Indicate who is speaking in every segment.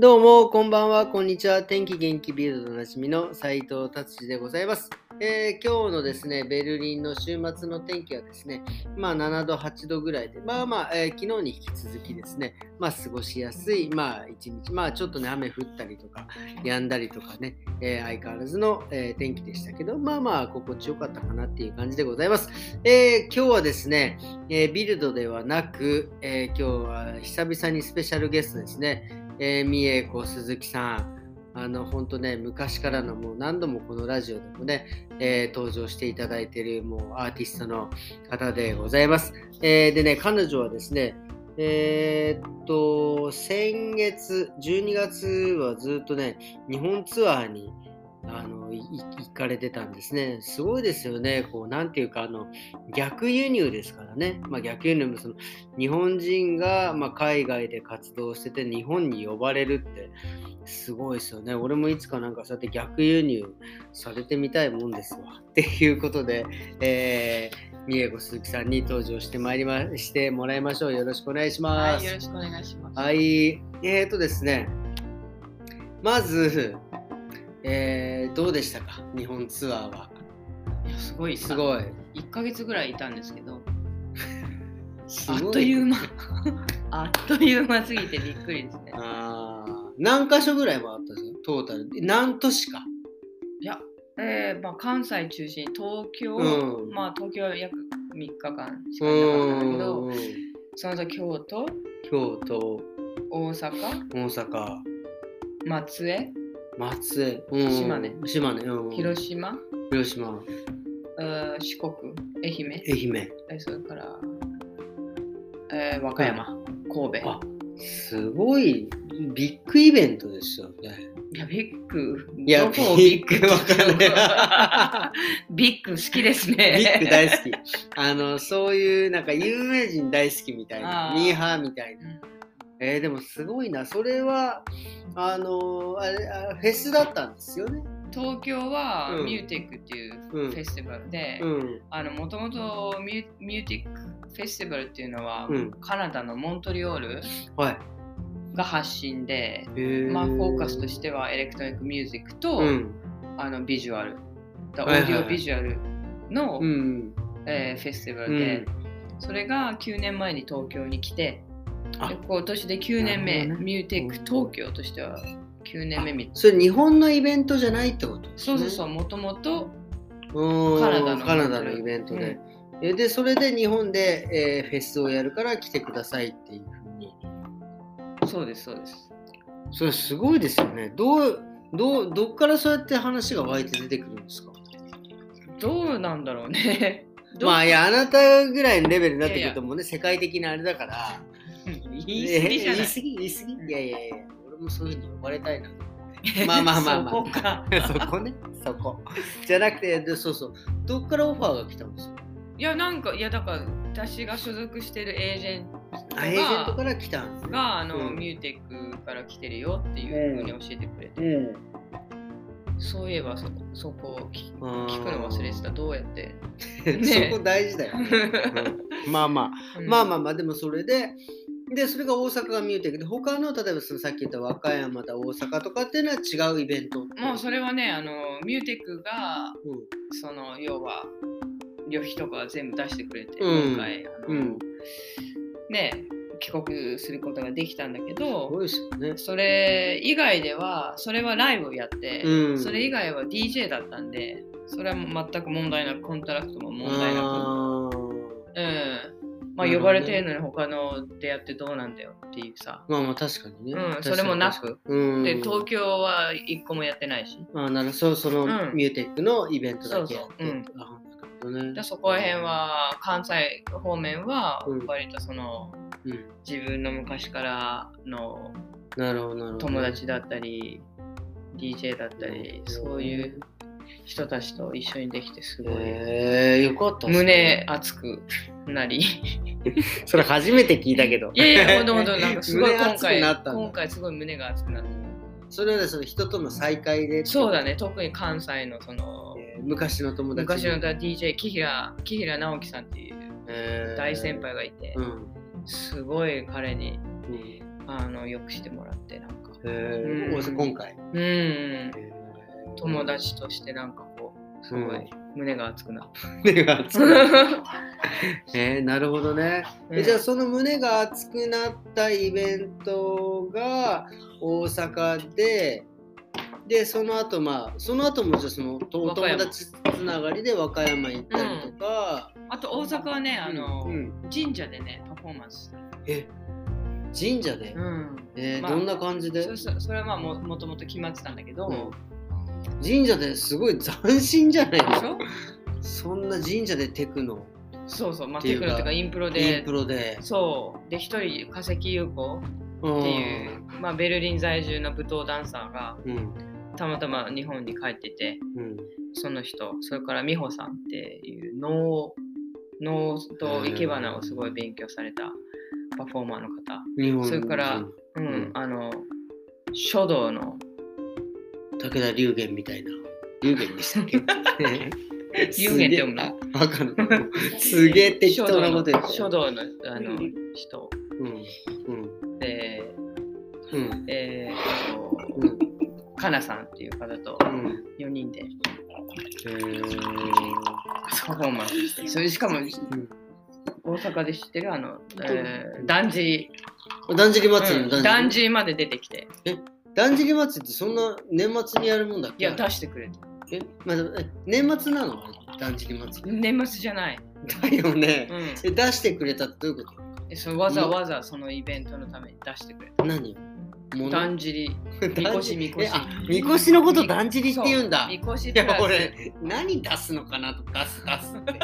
Speaker 1: どうも、こんばんは、こんにちは。天気元気ビルドおなじみの斉藤達志でございます、えー今日のですね、ベルリンの週末の天気はですね、まあ7度、8度ぐらいで、まあまあ、えー昨日に引き続きですね、まあ過ごしやすい、まあ一日、まあちょっとね、雨降ったりとか、止んだりとかね、えー相変わらずの、えー天気でしたけど、まあまあ心地よかったかなっていう感じでございます。えー今日はですね、えービルドではなく、えー今日は久々にスペシャルゲストですね、えー、三重子鈴木さんあの本当ね昔からのもう何度もこのラジオでもね、えー登場していただいているもうアーティストの方でございます、えーでね彼女はですねえーっと先月12月はずっとね日本ツアーにあのいい行かれてたんですねすごいですよねこうなんていうかあの逆輸入ですからね、まあ、逆輸入もその日本人が、まあ、海外で活動してて日本に呼ばれるってすごいですよね。俺もいつかなんかそうやって逆輸入されてみたいもんですわ。 っていうことで、えー、三重子鈴木さんに登場してまいりましてもらいましょう。よろしくお願いしま
Speaker 2: は
Speaker 1: す。
Speaker 2: い、よろしくお願いします。
Speaker 1: はい、えーとですね、まず、えーどうでしたか日本ツアーは。
Speaker 2: いやすごい
Speaker 1: すごい。
Speaker 2: い。1ヶ月ぐらいいたんですけど、
Speaker 1: す
Speaker 2: あ
Speaker 1: ご
Speaker 2: っという間、 あっという間すぎてびっくりですね。
Speaker 1: あー何箇所ぐらい回ったんですかトータルで何都市か。
Speaker 2: いや、えーまあ、関西中心、東京、
Speaker 1: うん
Speaker 2: まあ東京は約3日間しかいなかったんだけど、
Speaker 1: うん
Speaker 2: その後京都、
Speaker 1: 京都、
Speaker 2: 大阪、
Speaker 1: 大阪、
Speaker 2: 松江、
Speaker 1: 松江、うん
Speaker 2: 島根
Speaker 1: 島根、うん
Speaker 2: 広島、
Speaker 1: 広島、
Speaker 2: うー四国、愛媛、
Speaker 1: 愛媛。
Speaker 2: えそれから、えー和歌山、神戸
Speaker 1: あ。すごいビッグイベントですよね。
Speaker 2: いや、ビッグ。
Speaker 1: いや
Speaker 2: どこをビッ
Speaker 1: ビッグ
Speaker 2: グ
Speaker 1: わかん な
Speaker 2: ビッグ好きですね。
Speaker 1: ビッグ大好き。あの、そういうなんか有名人大好きみたいな、
Speaker 2: あー
Speaker 1: ミーハーみたいな。
Speaker 2: うん
Speaker 1: えーでもすごいな。それは、あのあれ、あフェスだったんですよね。
Speaker 2: 東京は
Speaker 1: うん
Speaker 2: ミューティックっていうフ
Speaker 1: うん
Speaker 2: ェスティバルで、
Speaker 1: うん。
Speaker 2: あのもともとミュミューティックフェスティバルっていうのは、
Speaker 1: うん
Speaker 2: カナダのモントリオール
Speaker 1: はい。
Speaker 2: が発信で、
Speaker 1: えー
Speaker 2: まあ、フォーカスとしてはエレクトロニックミュージックと、
Speaker 1: うん。
Speaker 2: あのビジュアル、だ
Speaker 1: はいはい
Speaker 2: オーディオビジュアルの、
Speaker 1: うん。
Speaker 2: えーフェスティバ
Speaker 1: う
Speaker 2: ルで、
Speaker 1: ん。
Speaker 2: それが9年前に東京に来て、
Speaker 1: あ
Speaker 2: で今年で9年目、
Speaker 1: なるほどね
Speaker 2: ミューティック東京としては9年目みたい。
Speaker 1: それ日本のイベントじゃないってことですね。
Speaker 2: そうそうそう、もともと、
Speaker 1: うん
Speaker 2: カナダの
Speaker 1: カナダのイベントで、えでそれで日本で、えーフェスをやるから来てくださいっていうふうに
Speaker 2: そうです、そうです。
Speaker 1: それすごいですよねどうどうどっからそうやって話が湧いて出てくるんですか
Speaker 2: どうなんだろ うね。どう
Speaker 1: まあいやあなたぐらいのレベルになってくるともうね世界的なあれだから
Speaker 2: 言い過ぎじゃな
Speaker 1: えー。言
Speaker 2: い
Speaker 1: い過ぎ言い過ぎいやいやいや俺もそういうふうに呼ばれたいなま
Speaker 2: ま
Speaker 1: あまあまあまあ
Speaker 2: そこか。
Speaker 1: そこね そこじゃなくてでそうそうどっからオファーが来たんですか
Speaker 2: いや、なんか、いや、だから、私が所属してるエージェン
Speaker 1: あエージェントから来たんです
Speaker 2: ト
Speaker 1: ね
Speaker 2: が、あの、
Speaker 1: うん
Speaker 2: ミューティックから来てるよっていうふうに教えてくれて、
Speaker 1: うん
Speaker 2: そういえばそこ、そこを聞
Speaker 1: あー
Speaker 2: 聞くの忘れてた、どうやって。ね
Speaker 1: そこ大事だよ、ね うんまあまあ、まあまあまあでもそれででそれが大阪が見えてるけど他の例えばそのさっき言った和歌山だ大阪とかっていうのは違うイベント
Speaker 2: もうそれはねあのミューテックが
Speaker 1: う
Speaker 2: その要は旅費とか全部出してくれて、
Speaker 1: うん
Speaker 2: 今回あの、
Speaker 1: うん
Speaker 2: ね帰国することができたんだけ
Speaker 1: ん、すご
Speaker 2: ど
Speaker 1: いですよね、
Speaker 2: それ以外ではそれはライブをやって、
Speaker 1: うん、
Speaker 2: それ以外は DJ だったんでそれはもう全く問題なくコントラクトも問題な
Speaker 1: あー
Speaker 2: くうんまあ
Speaker 1: なるほどね
Speaker 2: 呼ばれてるのに他のでやってどうなんだよっていうさ
Speaker 1: まあまあ確かにね、
Speaker 2: うん
Speaker 1: 確かに
Speaker 2: それもなく
Speaker 1: 確かにうん、
Speaker 2: で東京は一個もやってないし
Speaker 1: あーなるそうその、
Speaker 2: うん
Speaker 1: ミューテックのイベントだけやって
Speaker 2: そうそううん
Speaker 1: あなるほどね
Speaker 2: でそこら辺は関西方面は
Speaker 1: うん
Speaker 2: 割とその、
Speaker 1: うん
Speaker 2: 自分の昔からの
Speaker 1: なるほどなるほど
Speaker 2: 友達だったり、DJ だったり、そういう人たちと一緒にできてすごい、
Speaker 1: えー、よかったっすね
Speaker 2: 胸熱く なりい
Speaker 1: それ初めて聞いたけど
Speaker 2: やいやほんとほんとなんかすご い
Speaker 1: 胸
Speaker 2: 今
Speaker 1: 熱く
Speaker 2: 回
Speaker 1: なったんだ
Speaker 2: 今回すごい胸が熱くなった
Speaker 1: それはねその人との再会で
Speaker 2: そうだね特に関西のその、
Speaker 1: えー昔の友達
Speaker 2: 昔の DJ 木平木平直樹さんっていう
Speaker 1: えー
Speaker 2: 大先輩がいて、
Speaker 1: うん、
Speaker 2: すごい彼に
Speaker 1: うん
Speaker 2: あのよくしてもらってなんか
Speaker 1: え
Speaker 2: うん
Speaker 1: 今回。
Speaker 2: うん。友達としてなんかこう、すご
Speaker 1: う
Speaker 2: い胸が熱くなっ
Speaker 1: 胸が熱
Speaker 2: た。
Speaker 1: くなる えーなるほどね。
Speaker 2: う
Speaker 1: え
Speaker 2: ん
Speaker 1: じゃあその胸が熱くなったイベントが大阪で、で、その後まあ、その後もじゃあそのとお
Speaker 2: 和歌
Speaker 1: 友
Speaker 2: 山
Speaker 1: 達つながりで和歌山行ったりとか、
Speaker 2: あと大阪はね、あの、
Speaker 1: うんうん
Speaker 2: 神社でね、パフォーマンスした。
Speaker 1: え、神社で、
Speaker 2: うん。
Speaker 1: えー
Speaker 2: まあ
Speaker 1: どんな感じで
Speaker 2: そそそれはまあももともと決まってたんだけど、
Speaker 1: うん神社ですごい斬新じゃない
Speaker 2: で
Speaker 1: の
Speaker 2: しょ
Speaker 1: そんな神社でテクノ、
Speaker 2: そうそう、まあ、
Speaker 1: ってい
Speaker 2: テ
Speaker 1: う
Speaker 2: ク
Speaker 1: か
Speaker 2: ノとかインプロ
Speaker 1: いい
Speaker 2: で
Speaker 1: プ。ロで。
Speaker 2: そう。で、一人、化石優子
Speaker 1: うん
Speaker 2: っていう、まあ、ベルリン在住の舞踏ダンサーが、
Speaker 1: うん
Speaker 2: たまたま日本に帰ってて、
Speaker 1: うん
Speaker 2: その人、それから美穂さんっていう能能と生け花をすごい勉強されたパフォーマーの方、
Speaker 1: 日本
Speaker 2: それからうん
Speaker 1: うん
Speaker 2: あの書 道の
Speaker 1: 武田龍玄みたいな。龍玄でしたっ け
Speaker 2: 龍玄って読むの
Speaker 1: のわかんない。すげえ適
Speaker 2: 書
Speaker 1: 当
Speaker 2: 道
Speaker 1: なこと言
Speaker 2: の
Speaker 1: って。
Speaker 2: 書道のあの
Speaker 1: うん
Speaker 2: 人
Speaker 1: うん。うん。
Speaker 2: で、
Speaker 1: うん。
Speaker 2: えーと
Speaker 1: うん。
Speaker 2: かなさんっていう方と
Speaker 1: うん。
Speaker 2: 4人で
Speaker 1: え
Speaker 2: パフォーマンスしてそれしかも大阪で知ってるあの、えーだんじり、
Speaker 1: ー。だんじり祭り
Speaker 2: うん
Speaker 1: の
Speaker 2: だ
Speaker 1: だ
Speaker 2: ん
Speaker 1: んじり。
Speaker 2: じりまで出てきて
Speaker 1: だんじり祭りってそんな年末にやるもんだっけ
Speaker 2: いや出してくれた
Speaker 1: え、まあでも、え年末なのだんじり祭り。
Speaker 2: 年末じゃない、
Speaker 1: だよね
Speaker 2: う。ん、
Speaker 1: え、出してくれたってどういうこ
Speaker 2: えそのわざわざそのイベントのために出してくれ
Speaker 1: と何
Speaker 2: た。
Speaker 1: 物
Speaker 2: だんじり。みこし、みこ
Speaker 1: え
Speaker 2: し。
Speaker 1: あ、みこしのことだんじりって言うんだ。
Speaker 2: みこし
Speaker 1: い
Speaker 2: プ
Speaker 1: や
Speaker 2: ラス。
Speaker 1: 俺何出すのかなと出す出すって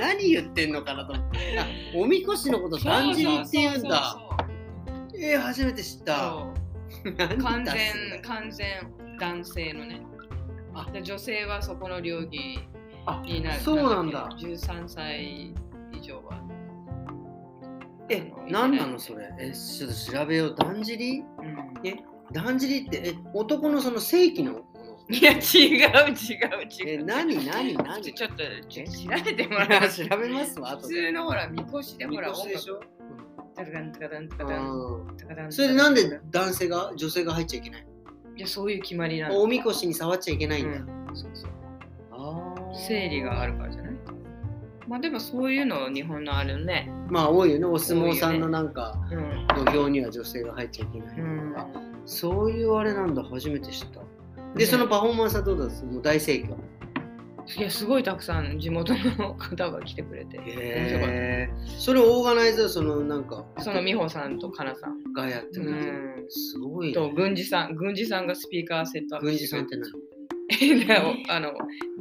Speaker 1: 何言ってんのかなと思ってあおみこしのことだんじりって言うんだ
Speaker 2: そうそうそう
Speaker 1: えー、初めて知った
Speaker 2: そう。
Speaker 1: 何
Speaker 2: 完
Speaker 1: 出すんだ
Speaker 2: 全、完全男性のね。あで女性はそこの領域
Speaker 1: あ
Speaker 2: になる。
Speaker 1: そうなんだ
Speaker 2: け13歳以上は。
Speaker 1: え
Speaker 2: あの
Speaker 1: 何なのそれえちょっと調べようだんじり
Speaker 2: うん
Speaker 1: えだんじりってえ男のその正規のもの
Speaker 2: いや、違う、違う、違
Speaker 1: え
Speaker 2: う。
Speaker 1: 何何何
Speaker 2: ち
Speaker 1: ち
Speaker 2: ょち
Speaker 1: ょ。
Speaker 2: ょっとちょ調べてもらう
Speaker 1: 調べますわ
Speaker 2: 普
Speaker 1: 後
Speaker 2: 通
Speaker 1: で
Speaker 2: のほら、みこしでほら、
Speaker 1: みこしでしょ
Speaker 2: ダダンダダンダダン
Speaker 1: うん
Speaker 2: ダダン
Speaker 1: それでなんで男性が女性が入っちゃいけない
Speaker 2: いや、そういう決まりなの。
Speaker 1: おみこしに触っちゃいけないんだ、
Speaker 2: うんそうそう
Speaker 1: あー
Speaker 2: 生理があるからじゃないまあでもそういうの日本のあるね。
Speaker 1: まあ多いよね、お相撲さんのなんか、
Speaker 2: うん。
Speaker 1: 土俵には女性が入っちゃいけないとか、そういうあれなんだ、初めて知った。で、
Speaker 2: ね
Speaker 1: そのパフォーマンスはどうだったもう大盛況。
Speaker 2: いや、すごいたくさん地元の方が来てくれて。面白かっ
Speaker 1: へえ。それをオーガナイザー、そのなんか、
Speaker 2: たその美穂さんとかなさん。
Speaker 1: がやってくれてる。すごい、
Speaker 2: と、
Speaker 1: ね。
Speaker 2: 郡司さん。郡司さんがスピーカーセットアップ
Speaker 1: 宮
Speaker 2: し
Speaker 1: 司さんって何
Speaker 2: てくれ てあの、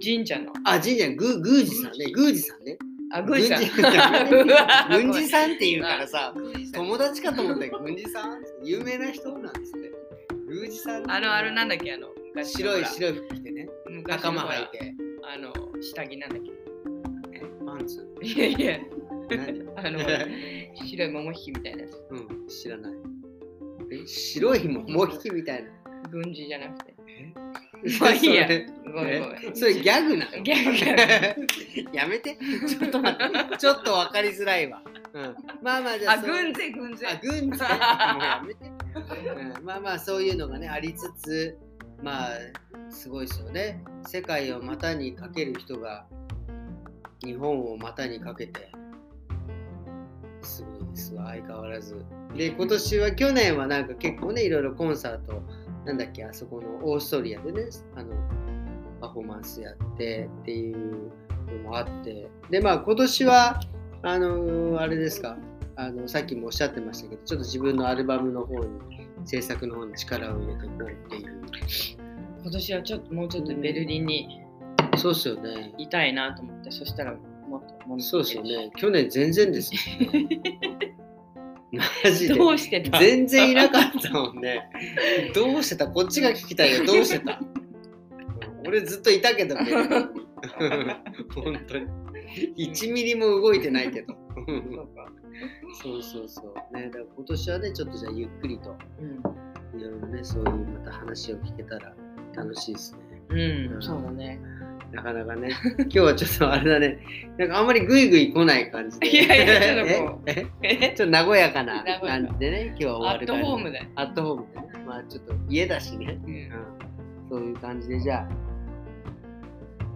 Speaker 2: 神社の。
Speaker 1: あ、神社、ぐ宮司さんね、宮司さんね。
Speaker 2: あ、郡司さん。
Speaker 1: 宮 司さんって言うからさ、
Speaker 2: 郡司さん
Speaker 1: 友達かと思ったけど、宮司さん有名な人なんですね。宮司さん
Speaker 2: あの、あの、なんだっ
Speaker 1: け
Speaker 2: け、あの、昔の
Speaker 1: 白い
Speaker 2: ほら
Speaker 1: 白い服着てね、
Speaker 2: 昔の
Speaker 1: 袴
Speaker 2: ほら
Speaker 1: 履いて、
Speaker 2: あの、下着なんだっ
Speaker 1: えパンツ。
Speaker 2: け。いやいや、
Speaker 1: 何
Speaker 2: あの、白い桃引きみたいなやつ。
Speaker 1: うん、知らない。え白い桃引きみたいな。
Speaker 2: 軍事じゃなくて。 まあいいや
Speaker 1: え
Speaker 2: ごめんごめん。
Speaker 1: それギャグなの
Speaker 2: ギャグギャ
Speaker 1: やめて。ちょっと待って。ちょっとわかりづらいわ。うん、まあまあじゃあ。
Speaker 2: あ、軍勢軍勢。
Speaker 1: あ、軍勢。もう やめて、うん。まあまあそういうのがね、ありつつ、まあ、すごいですよね。世界を股にかける人が、日本を股にかけて、すごいですわ、相変わらず。で、今年は、去年はなんか結構ね、いろいろコンサート、なんだっけ、あそこのオーストリアでね、あの、パフォーマンスやってっていうのもあって、で、まあ今年は、あのあれですか、あのさっきもおっしゃってましたけどちょっと自分のアルバムの方に制作の方に力を入れていこうっていう
Speaker 2: 今年はちょっともうちょっとベルリンに
Speaker 1: そうっすよね
Speaker 2: いたいなと思って、そしたらもっともみ
Speaker 1: そうっすよね去年全然ですよねマジで
Speaker 2: どうしてた
Speaker 1: 全然いなかったもんねどうしてたこっちが聞きたいよどうしてた俺ずっといたけどね本当に1ミリも動いてないけど
Speaker 2: そうか。
Speaker 1: そうそうそうねだから今年はねちょっとじゃあゆっくりと
Speaker 2: うん。
Speaker 1: いろいろね、そういうまた話を聞けたら楽しいですね。
Speaker 2: うん、そうだね。
Speaker 1: なかなかね。 今日はちょっとあれだね。なんかあんまりグイグイ来ない感じで。
Speaker 2: いやいやちょっとこ
Speaker 1: ええ
Speaker 2: え
Speaker 1: ちょっと和やかな
Speaker 2: 和やか
Speaker 1: 感じでね、今日は
Speaker 2: ア
Speaker 1: 終わ
Speaker 2: ッ
Speaker 1: る
Speaker 2: ト
Speaker 1: 感じ。
Speaker 2: ホームだよ。
Speaker 1: アットホームでね。まあちょっと家だしね。
Speaker 2: う
Speaker 1: うんん。そういう感じで、じゃあ、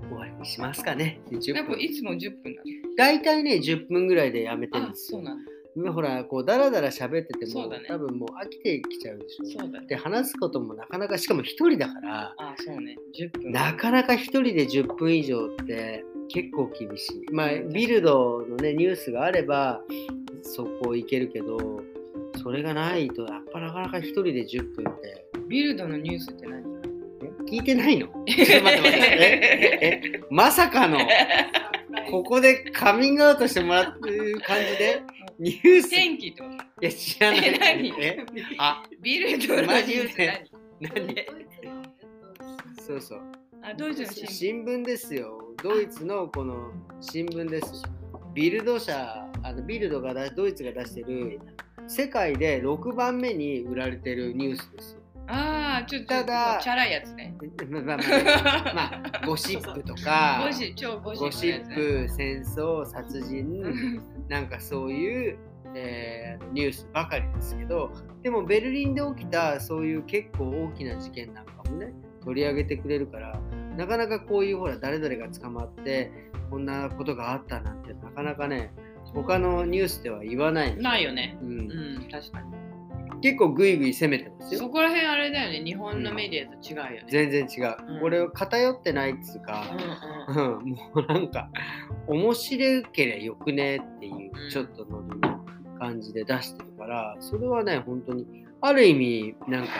Speaker 1: 終わりにしますかね。
Speaker 2: やっ
Speaker 1: 10
Speaker 2: ぱ
Speaker 1: 分。
Speaker 2: いつも10分な
Speaker 1: 大体ね、10分ぐらいでやめてる
Speaker 2: の。
Speaker 1: ん
Speaker 2: あ、
Speaker 1: です
Speaker 2: そ
Speaker 1: よ
Speaker 2: う。なんだ。
Speaker 1: 今ほら、こう、だらだら喋ってて
Speaker 2: そ
Speaker 1: も、
Speaker 2: うだね
Speaker 1: 多分もう飽きてきちゃうでしょ。
Speaker 2: そうだね。
Speaker 1: で、話すこともなかなか、しかも一人だから、
Speaker 2: あ、そうね。10分。
Speaker 1: なかなか一人で10分以上って結構厳しい。まあ
Speaker 2: うん、
Speaker 1: ビルドのね、ニュースがあれば、そこ行けるけど、それがないと、やっぱなかなか一人で10分って、
Speaker 2: ビルドのニュースって何
Speaker 1: え聞いてない のちょっと待って待ってええまさかの、ここでカミングアウトしてもらってる感じで、ニュース、い
Speaker 2: 天気って こと
Speaker 1: や、知らない。
Speaker 2: え、何
Speaker 1: えあ、
Speaker 2: ビルドのニュース何
Speaker 1: 何そうそう。
Speaker 2: あ、ドイツの新聞。
Speaker 1: 新聞ですよ。ドイツのこの新聞です。ビルド社、あのビルドが出ドイツが出してる世界で6番目に売られてるニュースですよ。
Speaker 2: ああ、ちょっと、ちょった
Speaker 1: だ
Speaker 2: とチャラいやつね。
Speaker 1: まあまあまあ、まあ、ゴシップとか、
Speaker 2: ゴシ超ゴシ
Speaker 1: ゴシ
Speaker 2: ップ
Speaker 1: ッ
Speaker 2: のや
Speaker 1: プ、戦争、殺
Speaker 2: つ
Speaker 1: 人、
Speaker 2: ね。
Speaker 1: なんかそういう、えーニュースばかりですけど、でもベルリンで起きたそういう結構大きな事件なんかもね、取り上げてくれるから、なかなかこういうほら、誰々が捕まって、こんなことがあったなんて、なかなかね、他のニュースでは言わない。
Speaker 2: ないよね。
Speaker 1: う、
Speaker 2: うんん、確かに。
Speaker 1: 結構グイグイ攻めてます
Speaker 2: そ
Speaker 1: よ。
Speaker 2: こら辺あれだよね。日本のメディアと違うよね。
Speaker 1: 全然違う。
Speaker 2: うん
Speaker 1: これを偏ってないっつうか、
Speaker 2: うんうん。
Speaker 1: うん、もうなんか面白けりゃよくねっていうちょっとノリの感じで出してるからそれはね本当にある意味なんか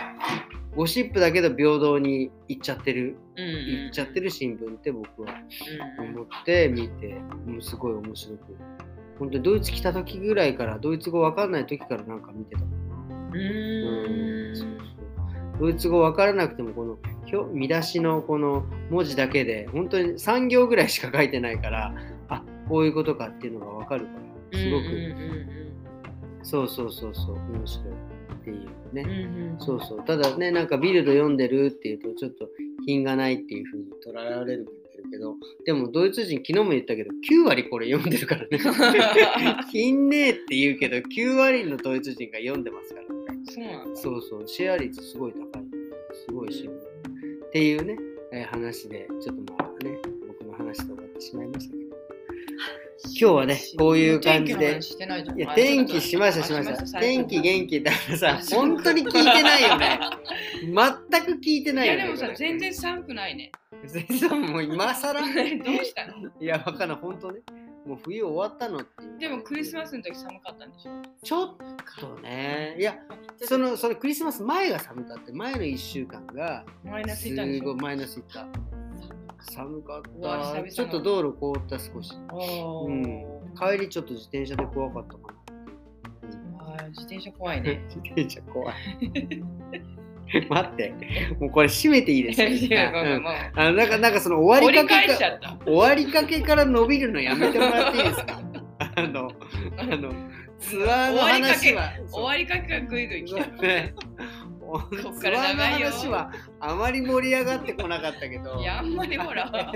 Speaker 1: ゴシップだけど平等に行っちゃってる
Speaker 2: うんうん
Speaker 1: 行っちゃってる新聞って僕は
Speaker 2: うんうん
Speaker 1: 思って見てもうすごい面白く本当にドイツ来た時ぐらいからドイツ語わかんない時からなんか見てた
Speaker 2: うーん
Speaker 1: そうそうドイツ語分からなくてもこの表見出しのこの文字だけで本当に3行ぐらいしか書いてないからあこういうことかっていうのが分かるからすごく、
Speaker 2: うんうん
Speaker 1: そうそうそうそう面白いっていうね、
Speaker 2: うんうんうん
Speaker 1: そうそうただねなんかビルド読んでるっていうとちょっと品がないっていうふうに捉えられるけどでもドイツ人昨日も言ったけど9割これ読んでるから ね品ねえって言うけど9割のドイツ人が読んでますから
Speaker 2: そうなんだ。
Speaker 1: そうそう、シェア率すごい高い。すごいし。っていうね、えー話で、ちょっとまあね、僕の話で終わってしまいましたけど。
Speaker 2: 今
Speaker 1: 日はねこういう感じで
Speaker 2: してないじゃん
Speaker 1: いや、
Speaker 2: あ
Speaker 1: 天気しました、
Speaker 2: あ
Speaker 1: しました。
Speaker 2: 最初
Speaker 1: 天気、元気だからさ、
Speaker 2: そう
Speaker 1: 本当に聞いてないよね。全く聞いてない
Speaker 2: い
Speaker 1: よ
Speaker 2: や
Speaker 1: ね。
Speaker 2: でもさ
Speaker 1: これ
Speaker 2: 全。然寒くない ね
Speaker 1: 全然もう今更
Speaker 2: どう。したの
Speaker 1: いや、わかんない、本当ね。もう冬終わったのっていう。
Speaker 2: でもクリスマスの時寒かったんでしょ
Speaker 1: ちょっとね、いや、その、そのクリスマス前が寒かって、前の1週間が、
Speaker 2: マイナス
Speaker 1: す
Speaker 2: いたんでし
Speaker 1: ご
Speaker 2: ょ
Speaker 1: いマイナスいった。寒かっ
Speaker 2: うわ久
Speaker 1: た。
Speaker 2: 々
Speaker 1: ちょっと道路凍った少し。
Speaker 2: おー
Speaker 1: 帰りちょっと自転車で怖かったか
Speaker 2: あー自転車怖い
Speaker 1: な。
Speaker 2: ね
Speaker 1: 自転車怖い。 待って、もうこれ閉めていいですか、
Speaker 2: いやごめ
Speaker 1: うんん
Speaker 2: もう
Speaker 1: あのなんかなんかその終わ
Speaker 2: 折
Speaker 1: り
Speaker 2: り
Speaker 1: か
Speaker 2: 返
Speaker 1: け
Speaker 2: しち
Speaker 1: か
Speaker 2: ゃった
Speaker 1: 終わりかけから伸びるのやめてもらっていいです かあのあのツアーの話は
Speaker 2: 終わりかけがぐいぐい来た
Speaker 1: ね、
Speaker 2: こっ
Speaker 1: ツ
Speaker 2: か
Speaker 1: ア
Speaker 2: ら
Speaker 1: ーの
Speaker 2: 長いよ
Speaker 1: 話はあまり盛り上がってこなかったけど
Speaker 2: いやあんまり ほら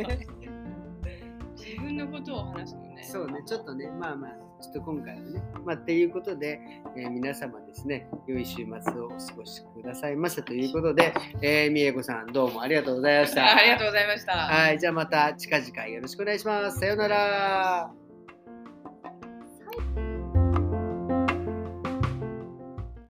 Speaker 2: 自分のことを話すのね
Speaker 1: そうねちょっとねまあまあちょっと今回はねまあっていうことで、えー皆様ですね良い週末をお過ごしくださいましたということで、えー、みえこさんどうもありがとうございました
Speaker 2: あありがとうございました
Speaker 1: はいじゃあまた近々よろしくお願いしますさようなら